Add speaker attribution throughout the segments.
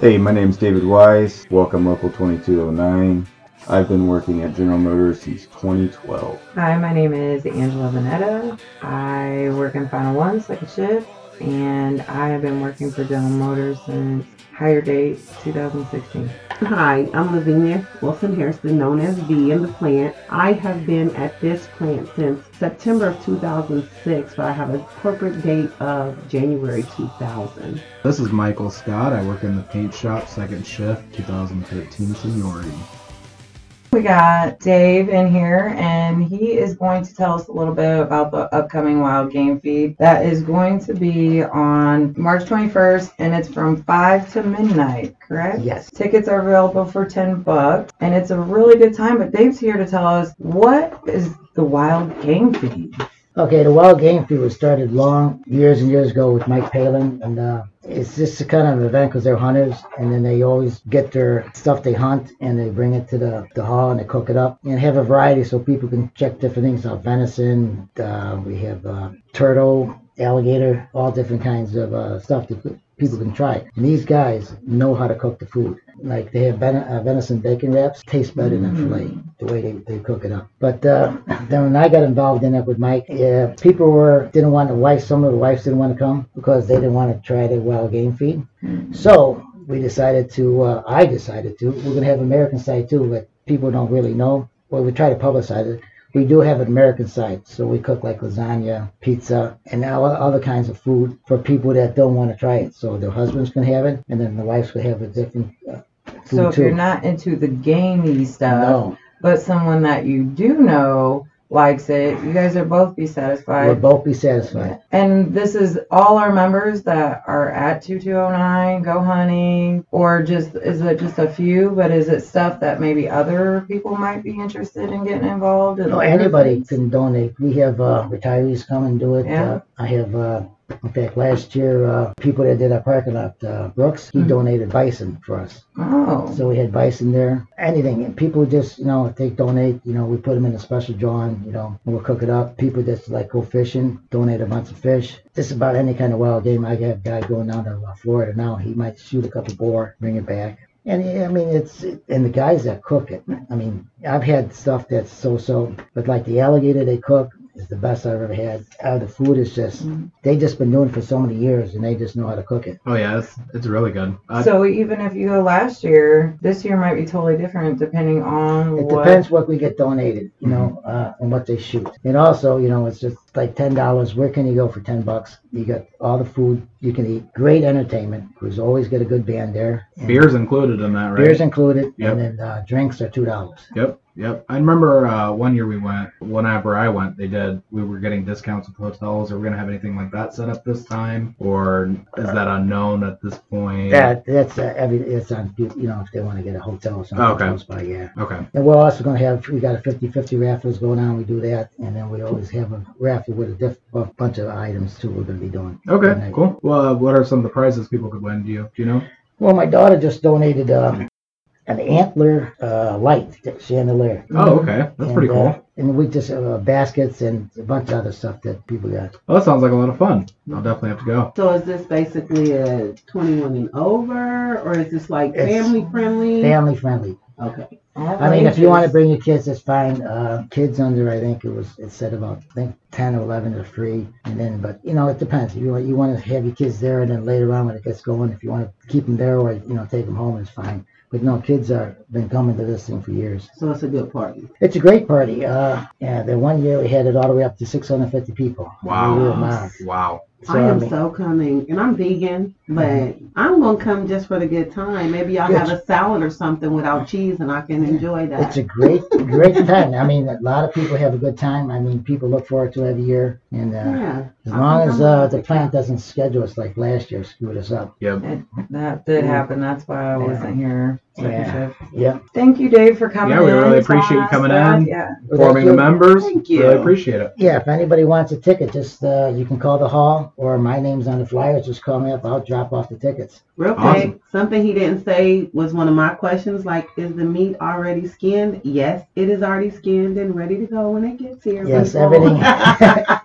Speaker 1: Hey, my name's David Wise. Welcome Local 2209. I've been working at General Motors since 2012.
Speaker 2: Hi, my name is Angela Vanetta. I work in Final One, second shift, and I have been working for General Motors since higher date 2016.
Speaker 3: Hi, I'm Lavinia Wilson Harrison, known as V in the plant. I have been at this plant since September of 2006, but I have a corporate date of January 2000.
Speaker 4: This is Michael Scott. I work in the paint shop, second shift, 2013 seniority.
Speaker 2: We got Dave in here, and he is going to tell us a little bit about the upcoming wild game feed that is going to be on March 21st, and it's from 5 to midnight, correct?
Speaker 3: Yes.
Speaker 2: Tickets are available for 10 bucks, and it's a really good time. But Dave's here to tell us what is the wild game feed.
Speaker 5: Okay, the Wild Game Feed was started long years and years ago with Mike Palin, and uh, it's just a kind of an event because they're hunters, and then they always get their stuff they hunt and they bring it to the, the hall and they cook it up and have a variety so people can check different things out venison, uh, we have uh, turtle, alligator, all different kinds of uh, stuff that pe- people can try. And these guys know how to cook the food. Like they have ven- uh, venison bacon wraps, taste better than filet, the way they, they cook it up. But uh, then when I got involved in it with Mike, yeah, people were didn't want to wife. Some of the wives didn't want to come because they didn't want to try their wild game feed. So we decided to. Uh, I decided to. We're gonna have American side too, but people don't really know. Well, we try to publicize it. We do have an American side, so we cook like lasagna, pizza, and all other kinds of food for people that don't want to try it. So their husbands can have it, and then the wives can have a different uh, food
Speaker 2: So if
Speaker 5: too.
Speaker 2: you're not into the gamey stuff,
Speaker 5: no,
Speaker 2: but someone that you do know likes it, you guys are both be
Speaker 5: we'll
Speaker 2: satisfied.
Speaker 5: both be satisfied.
Speaker 2: And this is all our members that are at 2209, go hunting, or just is it just a few? But is it stuff that maybe other people might be interested in getting involved? in?
Speaker 5: No, anybody can donate. We have uh, retirees come and do it.
Speaker 2: Yeah.
Speaker 5: Uh, I have, uh, in fact, last year, uh, people that did our parking lot, uh, Brooks, he
Speaker 2: Mhm.
Speaker 5: donated bison for us.
Speaker 2: Oh,
Speaker 5: So we had bison there. Anything. And people just, you know, if they donate, you know, we put them in a special drawing, you know, and we'll cook it up. People just like go fishing, donate a bunch of fish. Just about any kind of wild game. I have a guy going down to uh, Florida now. He might shoot a couple boar, bring it back. And yeah, I mean, it's and the guys that cook it. I mean, I've had stuff that's so-so, but like the alligator they cook is the best I've ever had. Uh, the food is just
Speaker 2: Mhm.
Speaker 5: they just been doing it for so many years, and they just know how to cook it.
Speaker 4: Oh, yeah, it's, it's really good. Uh, I,
Speaker 2: so even if you go last year, this year might be totally different depending on
Speaker 5: It
Speaker 2: what.
Speaker 5: depends what we get donated, you know,
Speaker 4: Mm-hmm.
Speaker 5: uh, and what they shoot. And also, you know, it's just like ten dollars. Where can you go for ten bucks? You got all the food you can eat. Great entertainment. There's always get a good band there. And
Speaker 4: beer's included in that, right?
Speaker 5: beer's included,
Speaker 4: Yep.
Speaker 5: and then uh, drinks are two dollars.
Speaker 4: Yep, yep. I remember uh, one year we went. Whenever I went, they did. We were getting discounts with hotels. Are we gonna have anything like that set up this time, or is that unknown at this point?
Speaker 5: That that's uh, every it's on you you know if they want to get a hotel or something
Speaker 4: Okay.
Speaker 5: close by, yeah.
Speaker 4: Okay.
Speaker 5: And we're also going to have, we got a 50-50 raffles going on, we do that, and then we always have a raffle with a diff, a bunch of items too we're going to be doing. that
Speaker 4: Okay.
Speaker 5: night.
Speaker 4: Cool. Well, uh, what are some of the prizes people could win? Do you do you know?
Speaker 5: Well, my daughter just donated um, an antler uh, light chandelier.
Speaker 4: Oh, okay. That's
Speaker 5: And,
Speaker 4: pretty
Speaker 5: uh,
Speaker 4: cool.
Speaker 5: and we just uh, baskets and a bunch of other stuff that people got.
Speaker 4: Well, that sounds like a lot of fun. I'll definitely have to go.
Speaker 3: So is this basically a 21 and over, or is this like
Speaker 5: It's
Speaker 3: family friendly?
Speaker 5: Family friendly.
Speaker 3: okay.
Speaker 5: I mean, if you want to bring your kids, that's fine. Uh, kids under, I think it was, it said about, I think 10 or 11 are free. And then, but, you know, it depends. You, want- you want to have your kids there, and then later on when it gets going, if you want to keep them there or, you know, take them home, it's fine. But no, kids are been coming to this thing for years.
Speaker 3: So it's a good party.
Speaker 5: It's a great party. Uh, yeah, the one year we had it all the way up to 650 people.
Speaker 4: Wow.
Speaker 5: We were mild.
Speaker 4: Wow.
Speaker 5: So,
Speaker 3: I am
Speaker 5: mean,
Speaker 3: so coming, and I'm vegan, but I'm gonna come just for the good time. Maybe I'll
Speaker 5: Mm-hmm. Good.
Speaker 3: have a salad or something without cheese, and I can enjoy that.
Speaker 5: It's a great, great time. I mean, a lot of people have a good time. I mean, people look forward to it every year. And uh,
Speaker 3: yeah. Uh-huh.
Speaker 5: as
Speaker 3: I
Speaker 5: long
Speaker 3: think
Speaker 5: as
Speaker 3: I'm
Speaker 5: uh,
Speaker 3: gonna-
Speaker 5: the plant doesn't schedule us like last year, screwed us up.
Speaker 4: Yep.
Speaker 2: That did happen. That's why I
Speaker 5: Yeah.
Speaker 2: wasn't here. second
Speaker 5: Yeah.
Speaker 2: shift.
Speaker 5: Yeah.
Speaker 2: Thank you, Dave, for coming.
Speaker 4: Yeah, we
Speaker 2: in,
Speaker 4: really appreciate you
Speaker 2: telling us
Speaker 4: coming
Speaker 2: that.
Speaker 4: in.
Speaker 2: Yeah.
Speaker 4: Forming the members.
Speaker 3: Thank you.
Speaker 4: Really appreciate it.
Speaker 5: Yeah, if anybody wants a ticket, just uh, you can call the hall or my name's on the flyers. Just call me up. I'll drop off the tickets.
Speaker 3: Real quick,
Speaker 4: Awesome.
Speaker 3: something he didn't say was one of my questions. Like, is the meat already skinned? Yes, it is already skinned and ready to go when it gets here.
Speaker 5: Yes,
Speaker 3: people.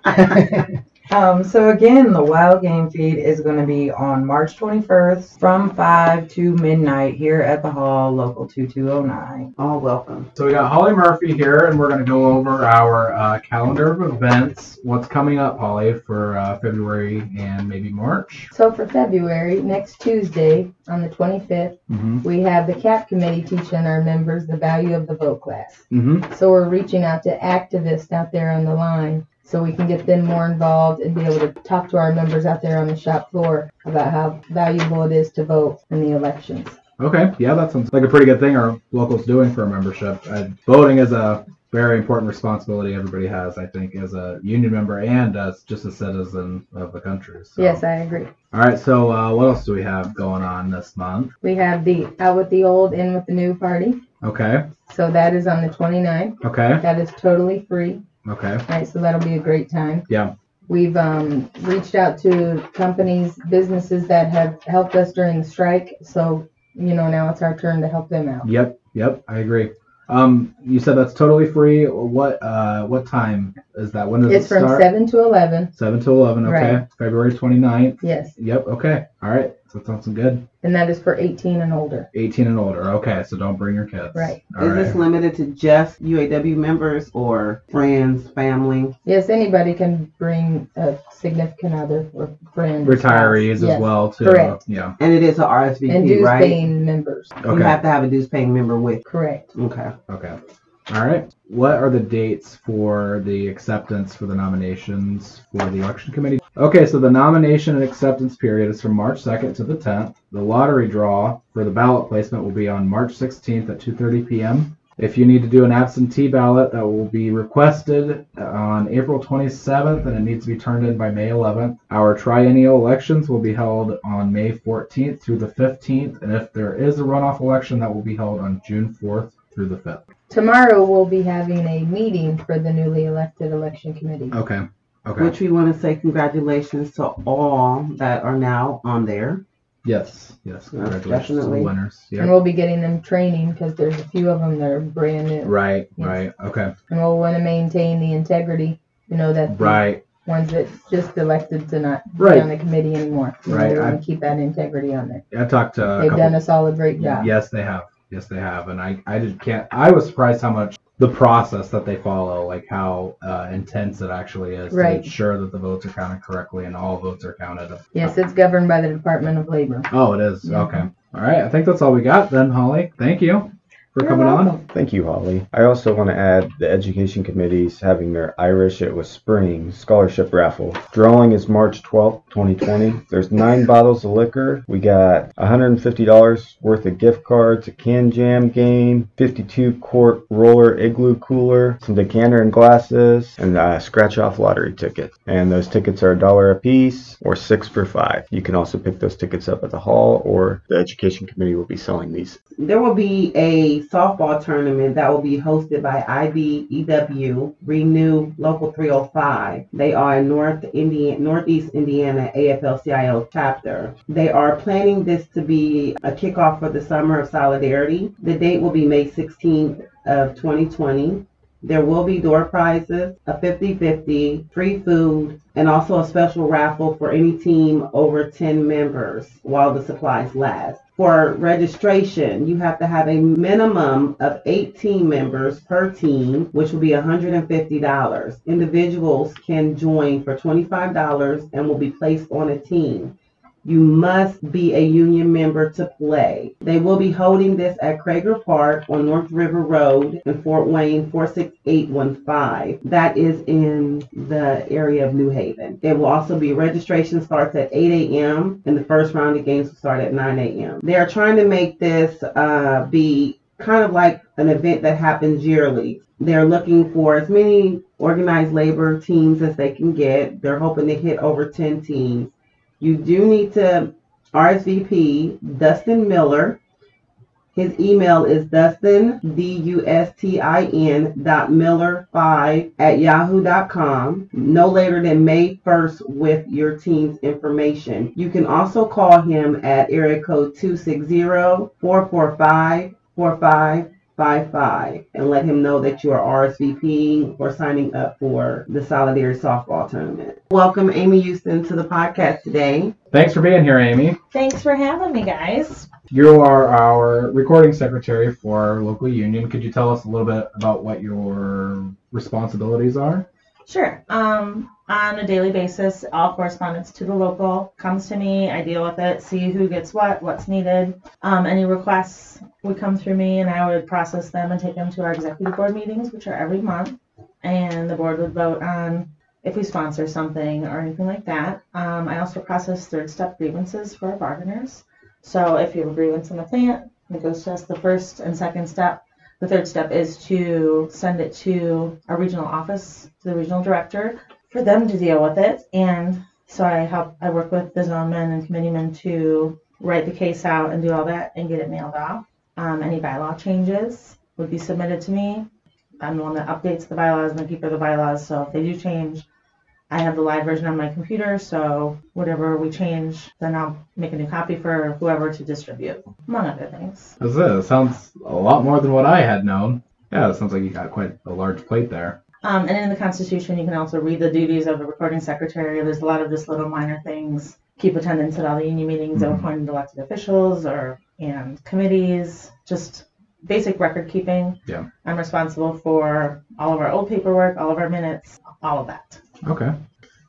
Speaker 5: everything.
Speaker 2: Um, so again, the wild game feed is going to be on March 21st from 5 to midnight here at the hall, local 2209.
Speaker 3: All welcome.
Speaker 4: So we got Holly Murphy here, and we're going to go over our uh, calendar of events. What's coming up, Holly, for uh, February and maybe March?
Speaker 6: So for February, next Tuesday on the 25th,
Speaker 4: Mm-hmm.
Speaker 6: we have the CAP committee teaching our members the value of the vote class.
Speaker 4: Mm-hmm.
Speaker 6: So we're reaching out to activists out there on the line so we can get them more involved and be able to talk to our members out there on the shop floor about how valuable it is to vote in the elections.
Speaker 4: Okay. Yeah, that sounds like a pretty good thing our locals doing for a membership. Uh voting is a very important responsibility everybody has, I think, as a union member and as just a citizen of the country. So.
Speaker 6: Yes, I agree.
Speaker 4: All right. So uh, what else do we have going on this month?
Speaker 6: We have the out with the old, in with the new party.
Speaker 4: Okay.
Speaker 6: So that is on the 29th.
Speaker 4: Okay.
Speaker 6: That is totally free.
Speaker 4: Okay.
Speaker 6: All right, so that'll be a great time.
Speaker 4: Yeah.
Speaker 6: We've um, reached out to companies, businesses that have helped us during the strike. So, you know, now it's our turn to help them out.
Speaker 4: Yep. Yep. I agree. Um, you said that's totally free. What uh, what time is that? When does
Speaker 6: It's
Speaker 4: it
Speaker 6: from
Speaker 4: start?
Speaker 6: 7 to 11.
Speaker 4: Seven to eleven. Okay.
Speaker 6: Right.
Speaker 4: February 29th.
Speaker 6: Yes.
Speaker 4: Yep. Okay. All right. So that sounds good.
Speaker 6: And that is for 18 and older.
Speaker 4: 18 and older. Okay. So don't bring your kids.
Speaker 6: Right.
Speaker 4: All
Speaker 3: is
Speaker 4: right.
Speaker 3: this limited to just UAW members or friends, family?
Speaker 6: Yes, anybody can bring a significant other or friend.
Speaker 4: retirees
Speaker 6: Yes.
Speaker 4: as well too.
Speaker 6: Correct.
Speaker 4: Yeah.
Speaker 3: And it is a RSVP,
Speaker 6: And dues
Speaker 3: right?
Speaker 6: paying members.
Speaker 3: You
Speaker 4: Okay.
Speaker 3: have to have a dues paying member with.
Speaker 6: Correct.
Speaker 3: Okay.
Speaker 4: Okay. All right. What are the dates for the acceptance for the nominations for the election committee? Okay, so the nomination and acceptance period is from March 2nd to the 10th. The lottery draw for the ballot placement will be on March 16th at 2:30 p.m. If you need to do an absentee ballot, that will be requested on April 27th and it needs to be turned in by May 11th. Our triennial elections will be held on May 14th through the 15th, and if there is a runoff election, that will be held on June 4th through the 5th.
Speaker 6: Tomorrow we'll be having a meeting for the newly elected election committee.
Speaker 4: Okay. Okay.
Speaker 3: Which we want to say congratulations to all that are now on there.
Speaker 4: yes. Yes. Congratulations to
Speaker 3: definitely.
Speaker 4: the winners.
Speaker 6: And
Speaker 4: Yeah.
Speaker 6: we'll be getting them training because there's a few of them that are brand new.
Speaker 4: Right.
Speaker 6: Yes.
Speaker 4: Right. Okay.
Speaker 6: And we'll want to maintain the integrity, you know, that the
Speaker 4: Right.
Speaker 6: ones that just elected to not be on
Speaker 4: Right.
Speaker 6: the committee anymore. You know,
Speaker 4: Right,
Speaker 6: We
Speaker 4: I-
Speaker 6: want to keep that integrity on there.
Speaker 4: I've talked to a
Speaker 6: They've
Speaker 4: couple.
Speaker 6: done us all a great job.
Speaker 4: Yes, they have. Yes, they have. And I, I just can't. I was surprised how much the process that they follow, like how uh, intense it actually is
Speaker 6: Right.
Speaker 4: to ensure that the votes are counted correctly and all votes are counted.
Speaker 6: Yes, it's governed by the Department of Labor.
Speaker 4: Oh, it is.
Speaker 6: Yeah.
Speaker 4: Okay. All right. I think that's all we got then, Holly. Thank you for
Speaker 6: You're
Speaker 4: coming on.
Speaker 6: welcome.
Speaker 1: Thank you, Holly. I also want to add the education committee's having their Irish It Was Spring scholarship raffle. Drawing is March 12th, 2020. There's nine bottles of liquor. We got $150 worth of gift cards, a can jam game, 52 quart roller igloo cooler, some decanter and glasses, and a scratch off lottery ticket. And those tickets are a dollar a piece or six for five. You can also pick those tickets up at the hall or the education committee will be selling these.
Speaker 3: There will be a softball tournament that will be hosted by IBEW Renew Local 305. They are a North Indian, Northeast Indiana AFL-CIO chapter. They are planning this to be a kickoff for the Summer of Solidarity. The date will be May 16th of 2020. There will be door prizes, a 50-50, free food, and also a special raffle for any team over 10 members while the supplies last. For registration, you have to have a minimum of 18 members per team, which will be $150. Individuals can join for $25 and will be placed on a team. You must be a union member to play. They will be holding this at Crager Park on North River Road in Fort Wayne 46815. That is in the area of New Haven. It will also be registration starts at 8 a.m. and the first round of games will start at 9 a.m. They are trying to make this uh, be kind of like an event that happens yearly. They're looking for as many organized labor teams as they can get. They're hoping to hit over 10 teams. You do need to RSVP Dustin Miller. His email is Dustin D U S T I N dot Miller five at yahoo.com no later than May 1st with your team's information. You can also call him at area code 260 445 45 5555 and let him know that you are RSVPing or signing up for the Solidarity Softball Tournament. Welcome, Amy Houston, to the podcast today.
Speaker 4: Thanks for being here, Amy.
Speaker 7: Thanks for having me, guys.
Speaker 4: You are our recording secretary for our local union. Could you tell us a little bit about what your responsibilities are?
Speaker 7: Sure. Um, on a daily basis, all correspondence to the local comes to me. I deal with it, see who gets what, what's needed. Um, any requests would come through me, and I would process them and take them to our executive board meetings, which are every month. And the board would vote on if we sponsor something or anything like that. Um, I also process third step grievances for our bargainers. So if you have a grievance in the plant, it goes to us the first and second step. The third step is to send it to our regional office, to the regional director, for them to deal with it. And so I help, I work with the zone men and committeemen to write the case out and do all that and get it mailed off. Um, any bylaw changes would be submitted to me. I'm the one that updates the bylaws and the keeper of the bylaws. So if they do change, I have the live version on my computer, so whatever we change, then I'll make a new copy for whoever to distribute, among other things.
Speaker 4: That's it. It uh, sounds a lot more than what I had known. Yeah, it sounds like you got quite a large plate there.
Speaker 7: Um, and in the Constitution, you can also read the duties of a recording secretary. There's a lot of just little minor things. Keep attendance at all the union meetings,
Speaker 4: Mhm.
Speaker 7: appointed elected officials or and committees, just basic record keeping.
Speaker 4: Yeah.
Speaker 7: I'm responsible for all of our old paperwork, all of our minutes, all of that.
Speaker 4: Okay.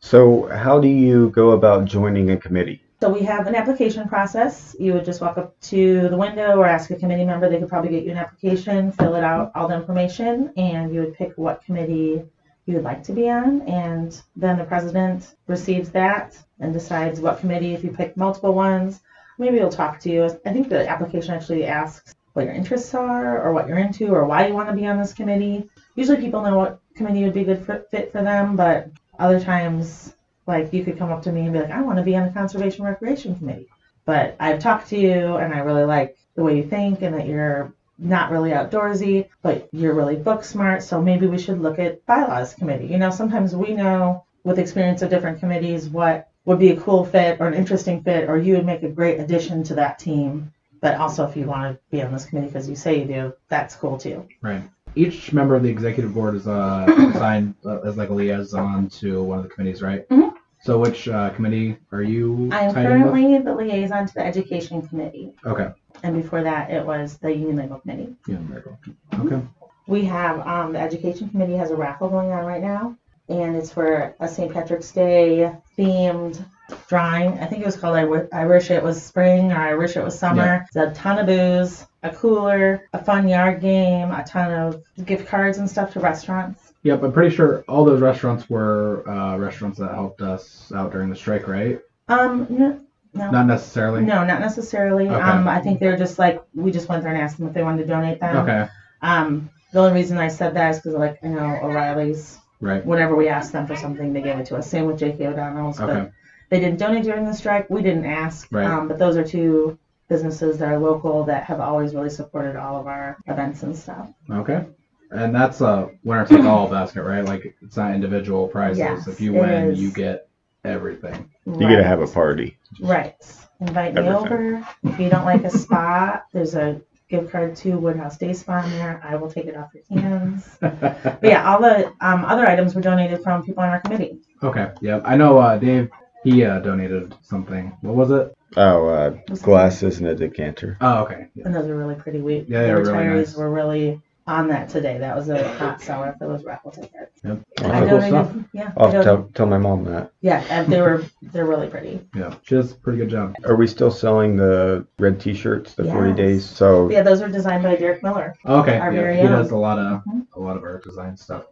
Speaker 1: So, how do you go about joining a committee?
Speaker 7: So we have an application process. You would just walk up to the window or ask a committee member. They could probably get you an application, fill it out, all the information, and you would pick what committee you would like to be on. And then the president receives that and decides what committee. If you pick multiple ones, maybe he'll talk to you. I think the application actually asks what your interests are or what you're into or why you want to be on this committee. Usually people know what committee would be good for, fit for them, but other times like you could come up to me and be like, I want to be on the conservation recreation committee, but I've talked to you and I really like the way you think and that you're not really outdoorsy, but you're really book smart. So maybe we should look at bylaws committee. You know, sometimes we know with experience of different committees what would be a cool fit or an interesting fit, or you would make a great addition to that team. But also, if you want to be on this committee because you say you do, that's cool too.
Speaker 4: Right. Each member of the executive board is uh, assigned uh, as like a liaison to one of the committees, right?
Speaker 7: Mhm.
Speaker 4: So which uh, committee are you
Speaker 7: I am
Speaker 4: tied in with?
Speaker 7: currently the liaison to the education committee,
Speaker 4: Okay.
Speaker 7: and before that, it was the union labor committee.
Speaker 4: Yeah, Miracle. Okay.
Speaker 7: We have um, the education committee has a raffle going on right now, and it's for a St. Patrick's Day themed drawing. I think it was called I, w- I wish it was spring or I wish it was summer. It's a ton of booze, a cooler, a fun yard game, a ton of gift cards and stuff to restaurants.
Speaker 4: Yep, I'm pretty sure all those restaurants were uh, restaurants that helped us out during the strike, right?
Speaker 7: Um, no, no,
Speaker 4: Not necessarily.
Speaker 7: no, not necessarily.
Speaker 4: Okay.
Speaker 7: Um, I think they were just like we just went there and asked them if they wanted to donate them.
Speaker 4: Okay.
Speaker 7: Um, the only reason I said that is because like I know O'Reilly's
Speaker 4: Right.
Speaker 7: whenever we asked them for something, they gave it to us. Same with J.K. O'Donnell's,
Speaker 4: Okay.
Speaker 7: but they didn't donate during the strike. We didn't ask.
Speaker 4: Right.
Speaker 7: Um, but those are two businesses that are local that have always really supported all of our events and stuff.
Speaker 4: Okay. And that's a winner take all basket, right? Like it's not individual prizes.
Speaker 7: Yes,
Speaker 4: if you
Speaker 7: it
Speaker 4: win,
Speaker 7: is.
Speaker 4: you get everything.
Speaker 1: You got to have a party.
Speaker 7: Right. Invite
Speaker 1: Everything.
Speaker 7: me over. If you don't like a spa, there's a gift card to Woodhouse Day Spa in there. I will take it off your hands. but yeah, all the um, other items were donated from people on our committee.
Speaker 4: Okay. Yep. I know uh, Dave. He uh, donated something. What was it?
Speaker 1: Oh, uh, glasses and a decanter.
Speaker 4: Oh, okay. Yeah.
Speaker 7: And those are really pretty. We
Speaker 4: Yeah, they were
Speaker 7: the
Speaker 4: really
Speaker 7: retirees
Speaker 4: nice.
Speaker 7: were really on that today. That was a hot seller for those raffle tickets. I
Speaker 4: Cool
Speaker 1: I'll,
Speaker 4: stuff.
Speaker 7: donated, yeah, I
Speaker 1: I'll
Speaker 7: donated-
Speaker 1: tell, tell my mom that.
Speaker 7: yeah, and they were they're really pretty.
Speaker 4: Yeah. She does a pretty good job.
Speaker 1: Are we still selling the red T-shirts, the 40
Speaker 7: Yes.
Speaker 1: days? So
Speaker 7: Yeah, those were designed by Derek Miller.
Speaker 4: Okay.
Speaker 7: Our
Speaker 4: Yeah.
Speaker 7: very
Speaker 4: He
Speaker 7: own.
Speaker 4: does a lot of
Speaker 7: Mm-hmm.
Speaker 4: a lot of art design stuff.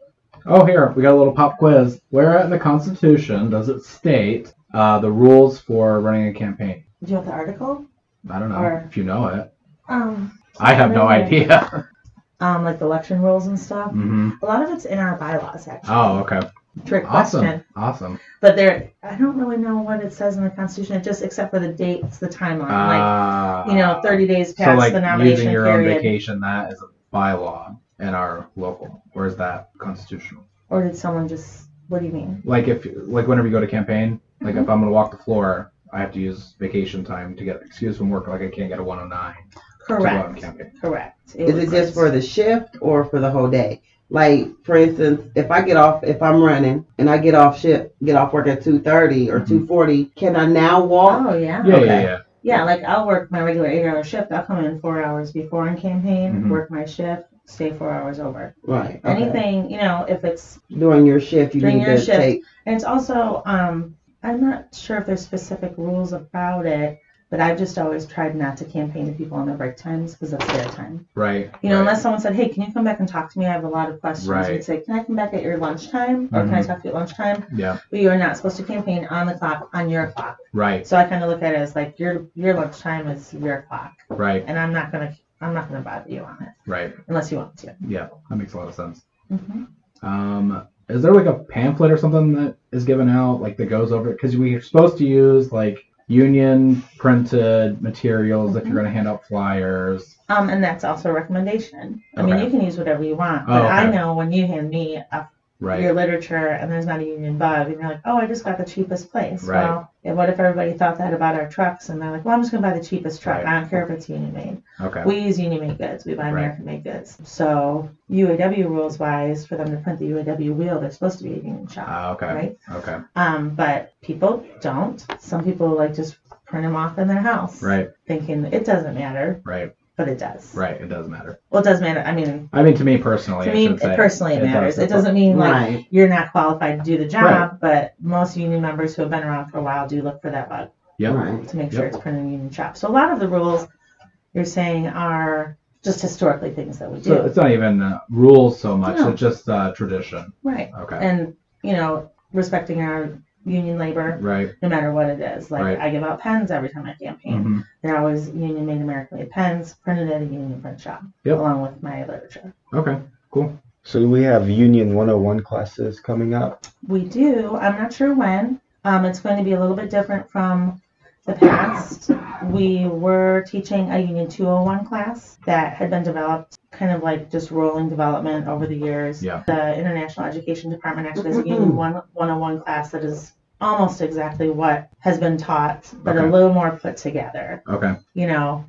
Speaker 4: Oh, here we got a little pop quiz. Where in the Constitution does it state uh, the rules for running a campaign?
Speaker 7: Do you want the article?
Speaker 4: I don't know
Speaker 7: Or-
Speaker 4: if you know it.
Speaker 7: Um,
Speaker 4: I have no
Speaker 7: Right.
Speaker 4: idea.
Speaker 7: um, like the election rules and stuff.
Speaker 4: hmm
Speaker 7: A lot of it's in our bylaws actually.
Speaker 4: Oh, okay.
Speaker 7: Trick
Speaker 4: Awesome.
Speaker 7: question.
Speaker 4: Awesome.
Speaker 7: But there, I don't really know what it says in the Constitution. It just except for the dates, the timeline.
Speaker 4: Ah.
Speaker 7: like you know, 30 days
Speaker 4: so
Speaker 7: past
Speaker 4: like
Speaker 7: the
Speaker 4: using
Speaker 7: nomination
Speaker 4: your own
Speaker 7: period.
Speaker 4: vacation, that is a bylaw in our local. Or is that constitutional?
Speaker 7: Or did someone just? What do you mean?
Speaker 4: Like if like whenever you go to campaign, like
Speaker 7: Mm-hmm.
Speaker 4: if I'm gonna walk the floor, I have to use vacation time to get an excuse from work, like I can't get a 109. to Loudoun
Speaker 7: Correct.
Speaker 4: County.
Speaker 7: Correct.
Speaker 8: Is
Speaker 7: was
Speaker 8: it just
Speaker 7: like-
Speaker 8: for the shift or for the whole day? Like for instance, if I get off, if I'm running and I get off shift, get off work at two thirty or
Speaker 7: Mm-hmm.
Speaker 4: Mhm.
Speaker 8: two forty, can I now walk?
Speaker 7: Oh yeah.
Speaker 4: Yeah, yeah,
Speaker 8: Okay.
Speaker 4: yeah.
Speaker 7: Yeah, like I'll work my regular eight hour shift. I'll come in four hours before and campaign,
Speaker 4: Mhm.
Speaker 7: work my shift, stay four hours over.
Speaker 8: Right. okay.
Speaker 7: Oh, Anything, you know, if it's
Speaker 8: during your shift, you
Speaker 7: During
Speaker 8: need
Speaker 7: your
Speaker 8: to
Speaker 7: shift.
Speaker 8: take.
Speaker 7: and it's also um I'm not sure if there's specific rules about it, but I've just always tried not to campaign to people on their break times because that's their time.
Speaker 4: Right.
Speaker 7: You know,
Speaker 4: right.
Speaker 7: unless someone said, Hey, can you come back and talk to me? I have a lot of questions.
Speaker 4: Right.
Speaker 7: You'd say, Can I come back at your lunchtime? Or can I
Speaker 4: Mhm.
Speaker 7: talk to you at lunchtime?
Speaker 4: Yeah.
Speaker 7: But you are not supposed to campaign on the clock on your clock.
Speaker 4: Right.
Speaker 7: So I kind of look at it as like your your lunchtime is your clock.
Speaker 4: Right.
Speaker 7: and I'm not gonna I'm not gonna bother you on it
Speaker 4: Right.
Speaker 7: unless you want to.
Speaker 4: Yeah. That makes a lot of sense. Um, is there like a pamphlet or something that is given out like that goes over it? Because we are supposed to use like union printed materials if
Speaker 7: Mm-hmm.
Speaker 4: you're going to hand out flyers.
Speaker 7: Um, and that's also a recommendation. I mean,
Speaker 4: Okay.
Speaker 7: you can use whatever you want, but
Speaker 4: Oh, okay.
Speaker 7: I know when you hand me a,
Speaker 4: Right.
Speaker 7: your literature and there's not a union bug, and you're like, oh, I just got the cheapest place.
Speaker 4: Right.
Speaker 7: Well, and what if everybody thought that about our trucks and they're like, well, I'm just gonna buy the cheapest truck.
Speaker 4: Right.
Speaker 7: I don't care if it's union made.
Speaker 4: Okay.
Speaker 7: We use union made goods. We buy
Speaker 4: Right.
Speaker 7: American made goods. So UAW rules wise, for them to print the UAW wheel, they're supposed to be a union shop.
Speaker 4: Ah, okay.
Speaker 7: Right.
Speaker 4: Okay.
Speaker 7: Um, but people don't. Some people like just print them off in their house,
Speaker 4: Right.
Speaker 7: thinking it doesn't matter,
Speaker 4: Right.
Speaker 7: but it does.
Speaker 4: Right. It does matter.
Speaker 7: Well, it does matter. I mean,
Speaker 4: I mean, to me personally,
Speaker 7: to
Speaker 4: I
Speaker 7: me
Speaker 4: should say.
Speaker 7: personally, it,
Speaker 4: It does.
Speaker 7: matters. It doesn't mean like
Speaker 8: Right.
Speaker 7: you're not qualified to do the job,
Speaker 4: Right.
Speaker 7: but most union members who have been around for a while do look for that bug
Speaker 4: Yep.
Speaker 8: Right.
Speaker 7: to make sure
Speaker 4: Yep.
Speaker 7: it's printed in union shop. So a lot of the rules you're saying are just historically things that we do,
Speaker 4: So it's not even uh, rules so much.
Speaker 7: No.
Speaker 4: It's just uh, tradition.
Speaker 7: right?
Speaker 4: Okay.
Speaker 7: And you know, respecting our union labor,
Speaker 4: Right.
Speaker 7: no matter what it is. Like
Speaker 4: Right.
Speaker 7: I give out pens every time I campaign.
Speaker 4: hmm
Speaker 7: They're always Union Made American Made pens printed at a Union print shop,
Speaker 4: Yep.
Speaker 7: along with my literature.
Speaker 4: Okay. Cool.
Speaker 1: So do we have Union 101 classes coming up?
Speaker 7: We do. I'm not sure when. Um, it's going to be a little bit different from the past. We were teaching a Union 201 class that had been developed, kind of like just rolling development over the years.
Speaker 4: Yeah. Mm-hmm.
Speaker 7: The International Education Department actually has a Union 1 101 class that is almost exactly what has been taught, but
Speaker 4: Okay.
Speaker 7: a little more put together.
Speaker 4: Okay.
Speaker 7: you know,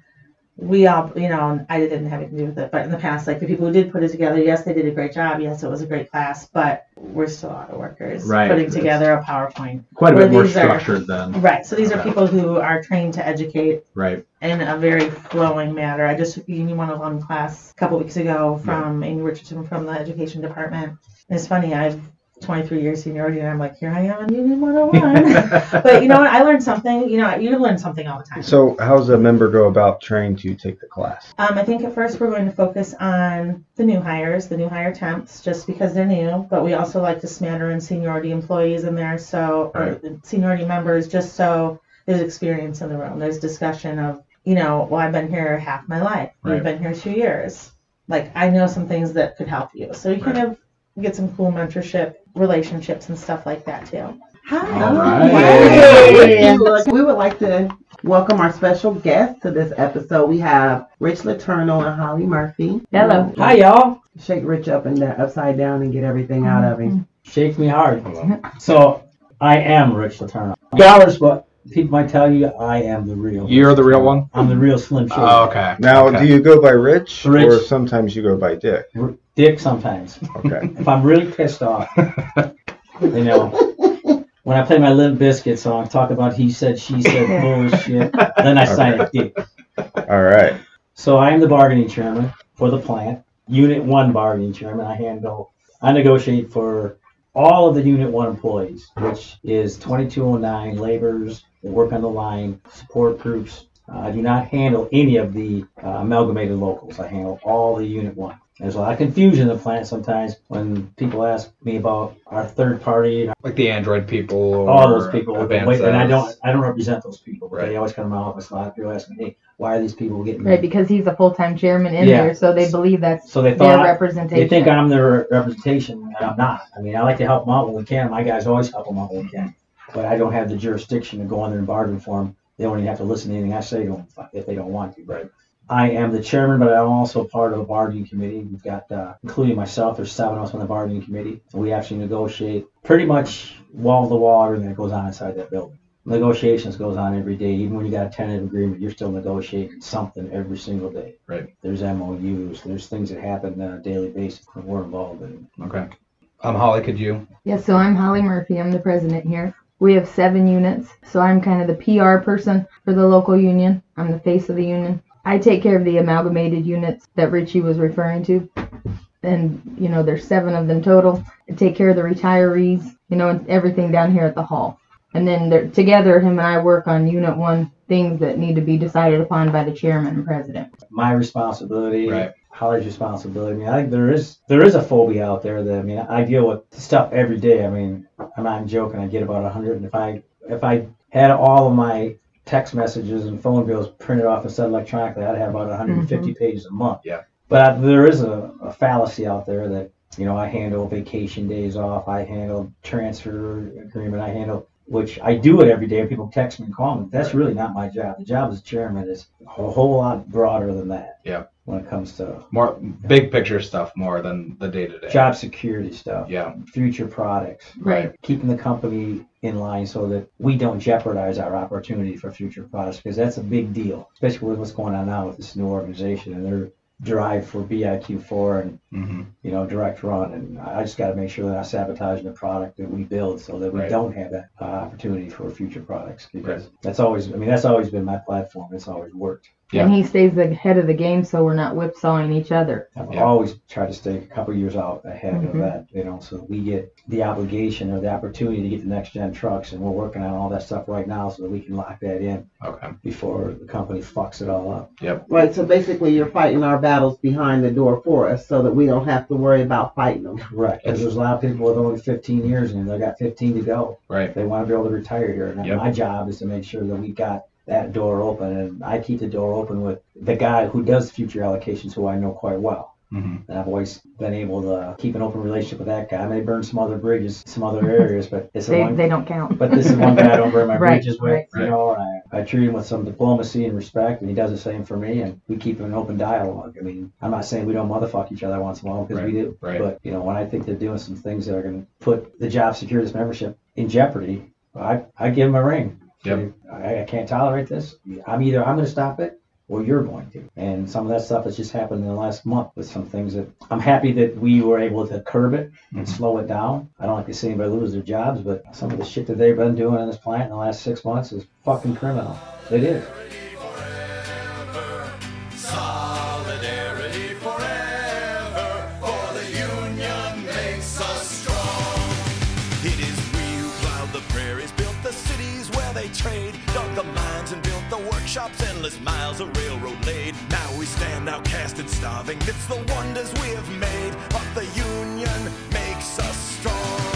Speaker 7: we all, you know, and I didn't have anything to do with it, but in the past, like the people who did put it together, yes, they did a great job. Yes, it was a great class, but we're still auto workers
Speaker 4: Right.
Speaker 7: putting together a PowerPoint.
Speaker 4: Quite a
Speaker 7: Where
Speaker 4: bit more
Speaker 7: these are-
Speaker 4: structured then.
Speaker 7: Right. So these are
Speaker 4: Okay.
Speaker 7: people who are trained to educate
Speaker 4: Right.
Speaker 7: in a very flowing manner. I just took the Union 101 class a couple weeks ago from Amy Richardson from the education department. And it's funny, I've 23 years seniority and I'm like, here I am in Union 101. but you know what? I learned something. You know, you learn something all the time.
Speaker 1: So how's a member go about trying to take the class?
Speaker 7: Um, I think at first we're going to focus on the new hires, the new hire temps, just because they're new. But we also like to smatter in seniority employees in there, so or
Speaker 4: Right.
Speaker 7: the seniority members, just so there's experience in the room. There's discussion of, you know, well, I've been here half my life.
Speaker 4: Right.
Speaker 7: You've been here two years. Like I know some things that could help you. So you kind of get some cool mentorship, relationships, and stuff like that too. Hi.
Speaker 4: All right.
Speaker 8: Hey. We would like to welcome our special guests to this episode. We have Rich Letourneau and Holly Murphy.
Speaker 3: Hello.
Speaker 8: Hi.
Speaker 9: y'all.
Speaker 8: Shake Rich up and down, upside down and get everything out of him.
Speaker 9: Shake me hard. So I am Rich Letourneau. Dollars, but people might tell you I am the real.
Speaker 4: You're
Speaker 9: Rich
Speaker 4: the real
Speaker 9: Letourneau.
Speaker 4: one?
Speaker 9: I'm the real Slim Shady.
Speaker 4: Oh, okay.
Speaker 1: Now,
Speaker 4: okay.
Speaker 1: do you go by Rich,
Speaker 9: Rich.
Speaker 1: or sometimes you go by Dick?
Speaker 9: Dick sometimes.
Speaker 1: Okay.
Speaker 9: If I'm really pissed off, you know. When I play my Limp Biscuit song, talk about he said, she said bullshit, then I sign it Dick.
Speaker 1: All right.
Speaker 9: So I am the bargaining chairman for the plant, Unit One bargaining chairman. I handle, I negotiate for all of the Unit One employees, which is 2209 laborers that work on the line, support groups. Uh, I do not handle any of the uh, amalgamated locals. I handle all the Unit One. There's a lot of confusion in the plant sometimes when people ask me about our third party and
Speaker 4: Like the Android people. Or
Speaker 9: all those people with the
Speaker 4: advanced
Speaker 9: weight, and I don't,
Speaker 4: apps.
Speaker 9: I don't represent those people. But
Speaker 4: Right.
Speaker 9: They always come to my office a lot. People ask me, "Hey, why are these people getting?"
Speaker 6: Right, because he's a full time chairman in
Speaker 9: Yeah.
Speaker 6: there, so they believe that's
Speaker 9: So they
Speaker 6: their
Speaker 9: thought
Speaker 6: representation.
Speaker 9: They think I'm their representation, and I'm not. I mean, I like to help them out when we can. My guys always help them out when we can, but I don't have the jurisdiction to go in there and bargain for them. They don't even have to listen to anything I say to them if they don't want to.
Speaker 4: Right.
Speaker 9: I am the chairman, but I'm also part of the bargaining committee. We've got, uh, including myself, there's seven of us on the bargaining committee. and We actually negotiate pretty much wall to wall everything that goes on inside that building.
Speaker 7: negotiations goes on every day. Even when you got a tentative agreement, you're still negotiating something every single day.
Speaker 4: Right.
Speaker 7: There's MOUs. There's things that happen on a daily basis that we're involved in.
Speaker 4: Okay. Um, Holly, could you
Speaker 6: Yeah, so I'm Holly Murphy. I'm the president here. We have seven units, so I'm kind of the PR person for the local union. I'm the face of the union. I take care of the amalgamated units that Richie was referring to. And, you know, there's seven of them total. I take care of the retirees, you know, and everything down here at the hall. And then they're, together, him and I work on Unit 1 things that need to be decided upon by the chairman and president.
Speaker 7: My responsibility.
Speaker 4: Right.
Speaker 7: Holly's responsibility. I mean, I think there is there is a phobia out there that I mean, I deal with stuff every day. I mean, I'm not even joking. I get about 100, and if I if I had all of my text messages and phone bills printed off and sent electronically, I'd have about 150 pages a month.
Speaker 4: Yeah.
Speaker 7: But I, there is a, a fallacy out there that you know I handle vacation days off, I handle transfer agreement, I handle which I do it every day. People text me and call me. That's really not my job. The job as chairman is a whole lot broader than that.
Speaker 4: Yeah.
Speaker 7: When it comes to
Speaker 4: more big picture stuff more than the day to day?
Speaker 7: job security stuff,
Speaker 4: Yeah.
Speaker 7: future products,
Speaker 4: Right.
Speaker 7: keeping the company in line so that we don't jeopardize our opportunity for future products because that's a big deal, especially with what's going on now with this new organization and their drive for BIQ4 and
Speaker 4: hmm
Speaker 7: you know direct run. And I I just got to make sure that I sabotaging the product that we build so that we
Speaker 4: Right.
Speaker 7: don't have that uh, opportunity for future products because that's always I mean that's always been my platform. It's always worked.
Speaker 6: And he stays the head of the game so we're not whipsawing each other.
Speaker 7: I've
Speaker 4: Yeah.
Speaker 7: always tried to stay a couple years out ahead of
Speaker 6: Mhm.
Speaker 7: that, you know, so we get the obligation or the opportunity to get the next gen trucks, and we're working on all that stuff right now so that we can lock that in
Speaker 4: Okay.
Speaker 7: before the company fucks it all up.
Speaker 3: Right, so basically you're fighting our battles behind the door for us so that we don't have to worry about fighting them.
Speaker 7: Correct. Because there's a lot of people with only 15 years and they got 15 to go.
Speaker 4: Right.
Speaker 7: They want to be able to retire here. And
Speaker 4: Yep.
Speaker 7: my job is to make sure that we got that door open, and I keep the door open with the guy who does future allocations, who I know quite well.
Speaker 4: hmm
Speaker 7: And I've always been able to keep an open relationship with that guy. I may burn some other bridges, some other areas, but it's a
Speaker 6: They,
Speaker 7: one
Speaker 6: they don't count.
Speaker 7: But this is one guy I don't burn my
Speaker 6: Right,
Speaker 7: bridges with,
Speaker 6: right.
Speaker 7: you know. and I, I treat him with some diplomacy and respect, and he does the same for me, and we keep an open dialogue. I mean, I'm not saying we don't motherfuck each other once in a while because
Speaker 4: Right,
Speaker 7: we do,
Speaker 4: right.
Speaker 7: but you know, when I think they're doing some things that are going to put the job secure this membership in jeopardy, I I give him a ring.
Speaker 4: Yep.
Speaker 7: I, I can't tolerate this. I'm either I'm going to stop it. or you're going to. And some of that stuff that's just happened in the last month with some things that I'm happy that we were able to curb it
Speaker 4: Mm-hmm.
Speaker 7: and slow it down. I don't like to see anybody lose their jobs, but some of the shit that they've been doing in this plant in the last six months is fucking criminal. It is.
Speaker 10: Solidarity forever, for the union makes us strong. It is we who plowed the prairies, built the cities where they trade, dug the mines and built the workshops, endless miles of railroad laid. Now we stand outcast and starving, it's the wonders we have made, but the union makes us strong.